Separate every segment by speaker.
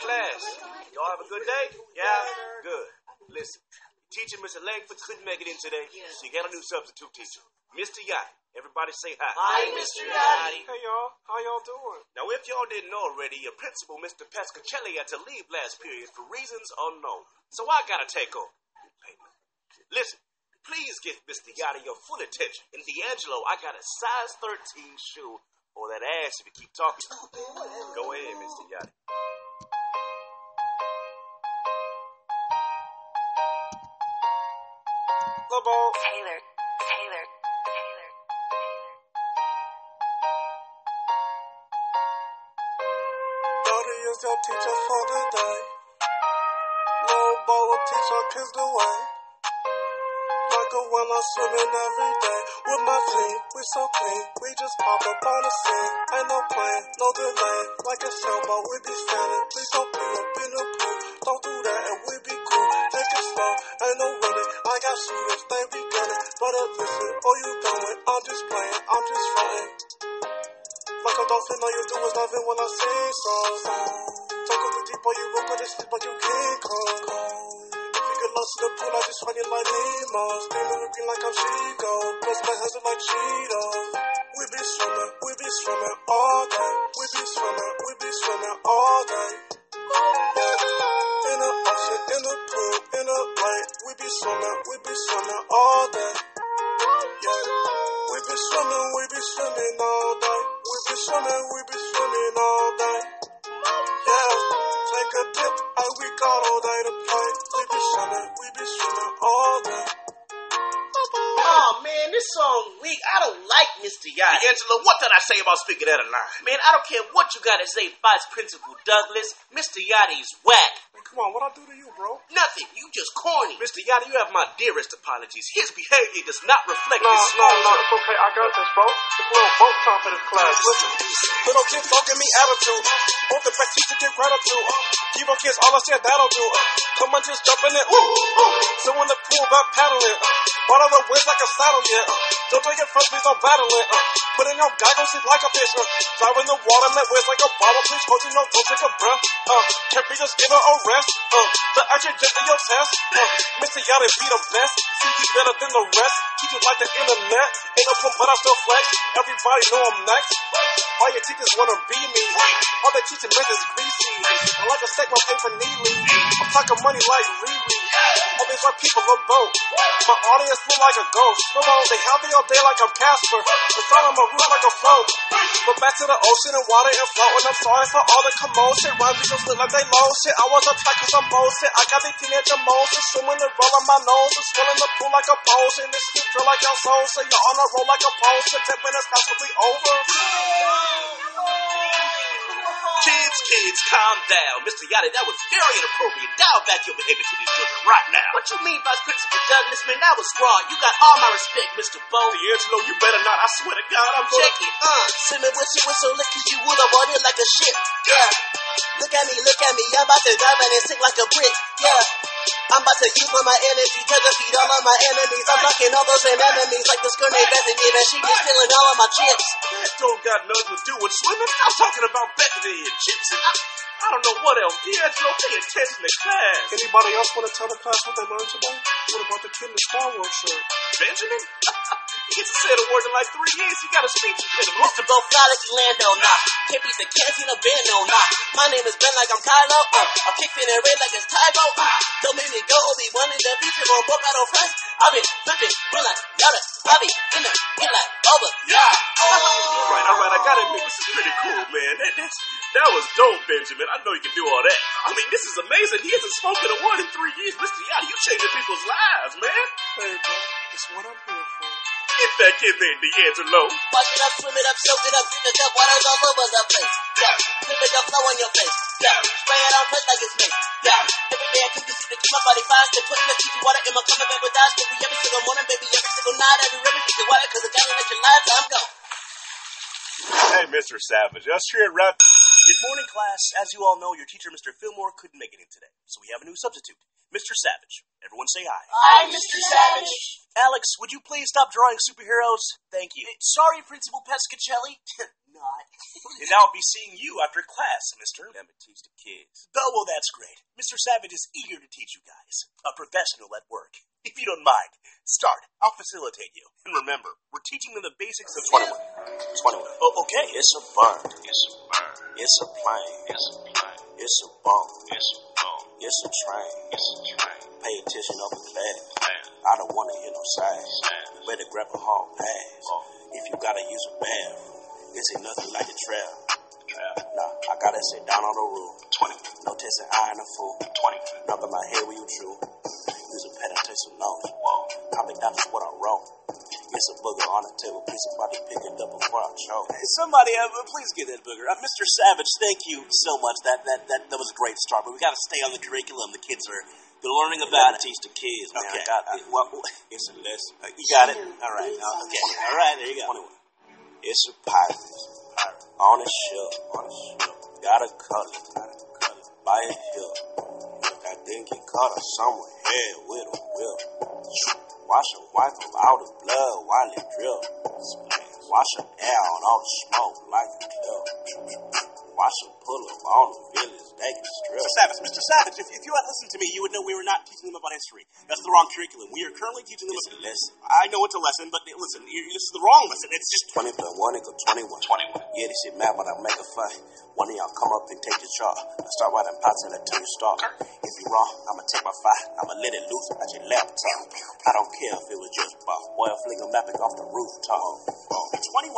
Speaker 1: class. Y'all have a good day? Yeah? Good. Listen, teacher Mr. Langford couldn't make it in today, so you got a new substitute teacher. Mr. Yachty. Everybody say hi.
Speaker 2: Hi, Mr. Yachty.
Speaker 3: Hey, y'all. How y'all doing?
Speaker 1: Now, if y'all didn't know already, your principal, Mr. Pescacelli, had to leave last period for reasons unknown. So I gotta take over. Listen, please give Mr. Yachty your full attention. And D'Angelo, I got a size 13 shoe for that ass if you keep talking. Go ahead, Mr. Yachty.
Speaker 3: Lobo.
Speaker 4: Taylor, Taylor, Taylor, Taylor.
Speaker 3: Thirty is your teacher for the day. Lobo will teach our kids the way. Like a well, I'm swimming every day. With my team, we so clean. We just pop up on the scene. Ain't no plan, no delay. Like a sailboat, we be sailing. Please don't pull up in the pool. Don't do that, and we be cool. Take it slow, ain't no running. I got shooters, they be gunning. Better listen, or you going. I'm just playing, I'm just fronting. Michael Dolphin, all you do is love it when I say so. Talk to the deep boy, you will put it sleep, but you can't call. If you get lost in the pool, I just run you like Nemo. Steam in the um green like I'm Chico. Plus my hands are like Cheetos. We be swimming, we be swimming all day. We be swimming, we be swimming all day. In the ocean, in the pool, in the lake. We be swimming, we be swimming all day. Yeah. We be swimming, we be swimming all day. We be swimming, we be swimming all day. Yeah, take a dip, and we got all day to play. We be swimming, we be swimming all day.
Speaker 2: Oh man, this song weak. I don't like Mr. Yachty.
Speaker 1: D'Angelo, what did I say about speaking out of line?
Speaker 2: Man, I don't care what you gotta say, Vice Principal Douglas. Mr. Yachty's whack.
Speaker 3: Hey, come on, what I do to you, bro?
Speaker 2: Nothing. You just corny.
Speaker 1: Mr. Yachty, you have my dearest apologies. His behavior does not reflect
Speaker 3: No,
Speaker 1: his
Speaker 3: no, no, it's okay. I got this, bro. It's real both time for this class. Listen. Little kids don't give me attitude. Hope the best teacher give gratitude. Give kids all I said that'll do. Come on, just jump in it. Ooh, ooh. So in the pool, about paddling. One on the winds like a saddle, yeah. Don't take it first, please don't battle it. Put in your goggles, sleep like a fish. Fly in the water, let whiz like a bottle. Please hold you, no, don't take a breath. Uh, can't be just give her a rest. Uh, the action just in your test. Uh, Mr. Yachty be the best. See, you better than the rest. Keep you like the internet. Ain't no problem, but I still flex. Everybody know I'm next. All your teachers wanna be me. All the teaching methods greasy. I like a sack my paper neatly. I'm talking money like Riri. All these white people look broke. My audience look like a ghost. Come on, they have me all day like I'm Casper. The thought I'm a root like a float. But back to the ocean and water and float. And I'm sorry for all the commotion. Why niggas look like they lotion? I was uptight cause I'm motion. I got the teenage emotion. Swimming and rolling my nose. And swirling the pool like a potion. This is drill like your soul. So you're on a roll like a potion. Ten minutes possibly over.
Speaker 1: Kids, kids, calm down. Mr. Yachty, that was very inappropriate. Dial back your behavior to these children right now.
Speaker 2: What you mean, Vice Principal Douglas? Man, that was wrong. You got all my respect, Mr. Bo.
Speaker 1: D'Angelo, you better not. I swear to God, I'm
Speaker 2: Check
Speaker 1: gonna...
Speaker 2: it, uh. Swimming with you with so liquid, you would have bought it like a ship. Yeah. Look at me, look at me. I'm about to dive in and sink like a brick. Yeah. I'm about to use all my energy to defeat all of my enemies. I'm blocking all those anemones like the Skirnay Bethany, and she is stealing all of my chips.
Speaker 1: That don't got nothing to do with swimming. Stop talking about Bethany and chips and I, I don't know what else. D'Angelo, pay attention to class.
Speaker 3: Anybody else want to tell the class what they learned today? What about the kid in the Star Wars shirt?
Speaker 1: Benjamin? he gets to say the word in like three years. He got a speech impediment.
Speaker 2: Mr. Bo fly like you land on knock. Hippies that can't see no bend no knock. My name is Ben like I'm Kylo. Uh, I'm kicking it red like it's Tybo. Uh, don't make me go Obi Wan in the future on both battle fronts. I've been flipping, real like Yoda. I be in the get like over.
Speaker 1: Yeah! All right, all right, I gotta admit, this is pretty cool, man. That, that's, that was dope, Benjamin. I know you can do all that. I mean, this is amazing. He hasn't spoken a word in three years. Mr. Yachty, you changing people's lives, man.
Speaker 3: Hey, bro, it's what I'm here for.
Speaker 1: Get that kid there, D'Angelo.
Speaker 2: Wash it up, swim it up, soak it up, cause that water's all over the place. Yeah. Keep it up, flow on your face. Yeah. Spray it on touch like it's mixed. Yeah. Every day I keep this shit to keep my body fast. They put the cheesy water in my coming back with eyes. Baby, every single morning, baby, every single night. Every river, cheesy water, cause I gotta let your life time go.
Speaker 1: Hey, Mr. Savage, us here at Rap
Speaker 5: Good morning, class. As you all know, your teacher, Mr. Fillmore, couldn't make it in today, so we have a new substitute, Mr. Savage. Everyone say hi.
Speaker 4: Hi, Mr. Savage.
Speaker 5: Alex, would you please stop drawing superheroes? Thank you.
Speaker 2: Sorry, Principal Pescacelli. not.
Speaker 5: And I'll be seeing you after class, mister. Let me teach the kids. Oh, well, that's great. Mr. Savage is eager to teach you guys. A professional at work. If you don't mind, start. I'll facilitate you. And remember, we're teaching them the basics of...
Speaker 6: 21. 21.
Speaker 5: Oh, okay.
Speaker 6: It's a bird. It's a bird. It's a plane. It's a plane. It's a bone. It's a bone. It's a train. It's a train. Pay attention up the class. I don't want to hear no signs. Better grab a hall pass. If you gotta use a bathroom, this ain't nothing like a trail. Nah, I gotta sit down on the rule. 20. No testing eye in a fool. 20. Nothing my head when you true. Use a pen and take some notes. Copy down is what I wrote. It's a booger on the table. Please somebody pick it up before I choke.
Speaker 5: Somebody, uh, please get that booger. Uh, Mr. Savage, thank you so much. That that that, that was a great start, but we got to stay on the curriculum. The kids are they're learning
Speaker 6: Gotta
Speaker 5: about it.
Speaker 6: teach the kids, man. I
Speaker 5: Okay.
Speaker 6: got it.
Speaker 5: Uh,
Speaker 6: Well, it's a lesson.
Speaker 5: You got it.
Speaker 2: Two,
Speaker 5: All right.
Speaker 2: three,
Speaker 5: Uh, okay.
Speaker 2: seven.
Speaker 5: All right. There you go.
Speaker 6: 21. It's a pirate. On a ship. On a ship. Got a color. Got a color. By a hill. Look, I think he caught her somewhere. Head with a whip. Wash and wipe them out of blood while it drip. Wash her down all the smoke like a club. Wash her pull up on the village. They can
Speaker 5: Mr.
Speaker 6: strip.
Speaker 5: Savage, Mr. Savage, if, if you had listened to me, you would know we were not teaching them about history. That's the wrong curriculum. We are currently teaching them.
Speaker 6: It's a lesson.
Speaker 5: I know it's a lesson, but listen, you- this is the wrong lesson. It's just
Speaker 6: 20 plus 1 equals 21. 21. Yeah, this shit mad, but I make a fun. One of y'all come up and take the chart. I start writing pots and I tell you start. If you wrong, I'ma take my five. I'ma let it loose at your laptop. I don't care if it was just buff. Boy, fling a mapping off the rooftop. Oh,
Speaker 5: 21.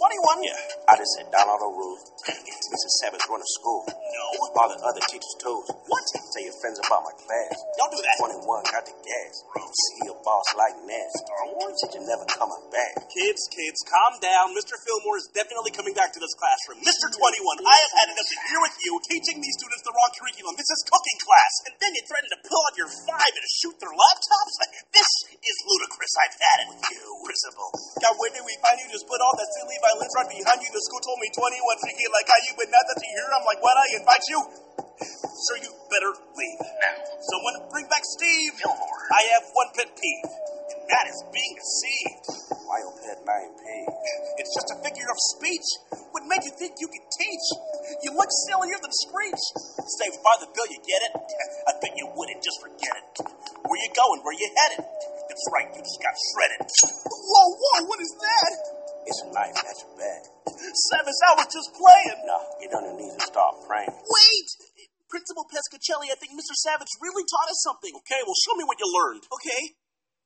Speaker 5: 21?
Speaker 6: yeah, I just sit down on the roof. Mr. Savage run to school.
Speaker 5: No.
Speaker 6: All the other teachers too. What? Tell your friends about my class.
Speaker 5: Don't do that.
Speaker 6: 21 got the gas. See a boss like Nash. Star Wars? Shit, you never coming back.
Speaker 5: Kids, kids, calm down. Mr. Fillmore is definitely coming back to this classroom. Mr. 21, I have had enough of here with you teaching these students the wrong curriculum. This is cooking class. And then you threaten to pull out your five and shoot their laptops? This is ludicrous. I've had it with you, Risible. Now, when did we find you just put all that silly violins right behind you? The school told me 21 freaking like how you, but now that you're here, I'm like, why'd I invite you? Sir, you better leave. Now. Someone bring back Steve. Fillmore. I have one pet peeve, and that is being deceived.
Speaker 6: Why your pet name Pig?
Speaker 5: It's just a figure of speech. Would make you think you could teach. You look sillier than Screech. Saved by the bill, you get it? I bet you wouldn't, just forget it. Where you going? Where you headed? That's right, you just got shredded. Whoa, whoa, what is that?
Speaker 6: It's a knife at your back.
Speaker 5: Savage, I was just playing.
Speaker 6: No, you don't need to start praying.
Speaker 5: Wait! Principal Pescacelli, I think Mr. Savage really taught us something. Okay, well, show me what you learned. Okay.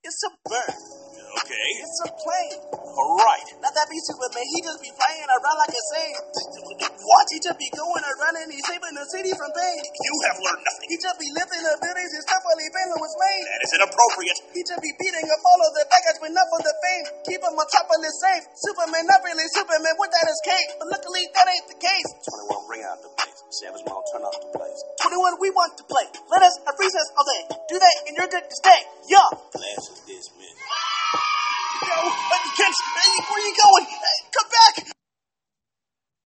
Speaker 5: It's a bird. Okay. It's a plane. All right. Now that means with me, he just be flying around like a saint. What? He just be going around and he's saving the city from pain. You have learned nothing. He just be lifting up buildings and stuff while he bailing was made. That is inappropriate. He just be beating up all of the baggage, but not for the fame. Keep him on top of the safe. Superman, not really Superman without his cape. But luckily, that ain't the case.
Speaker 6: 21 bring out the place. Savage Mom turn off the place.
Speaker 5: 21, we want to play. Let us have recess all day. Do that and you're good to stay. Yeah.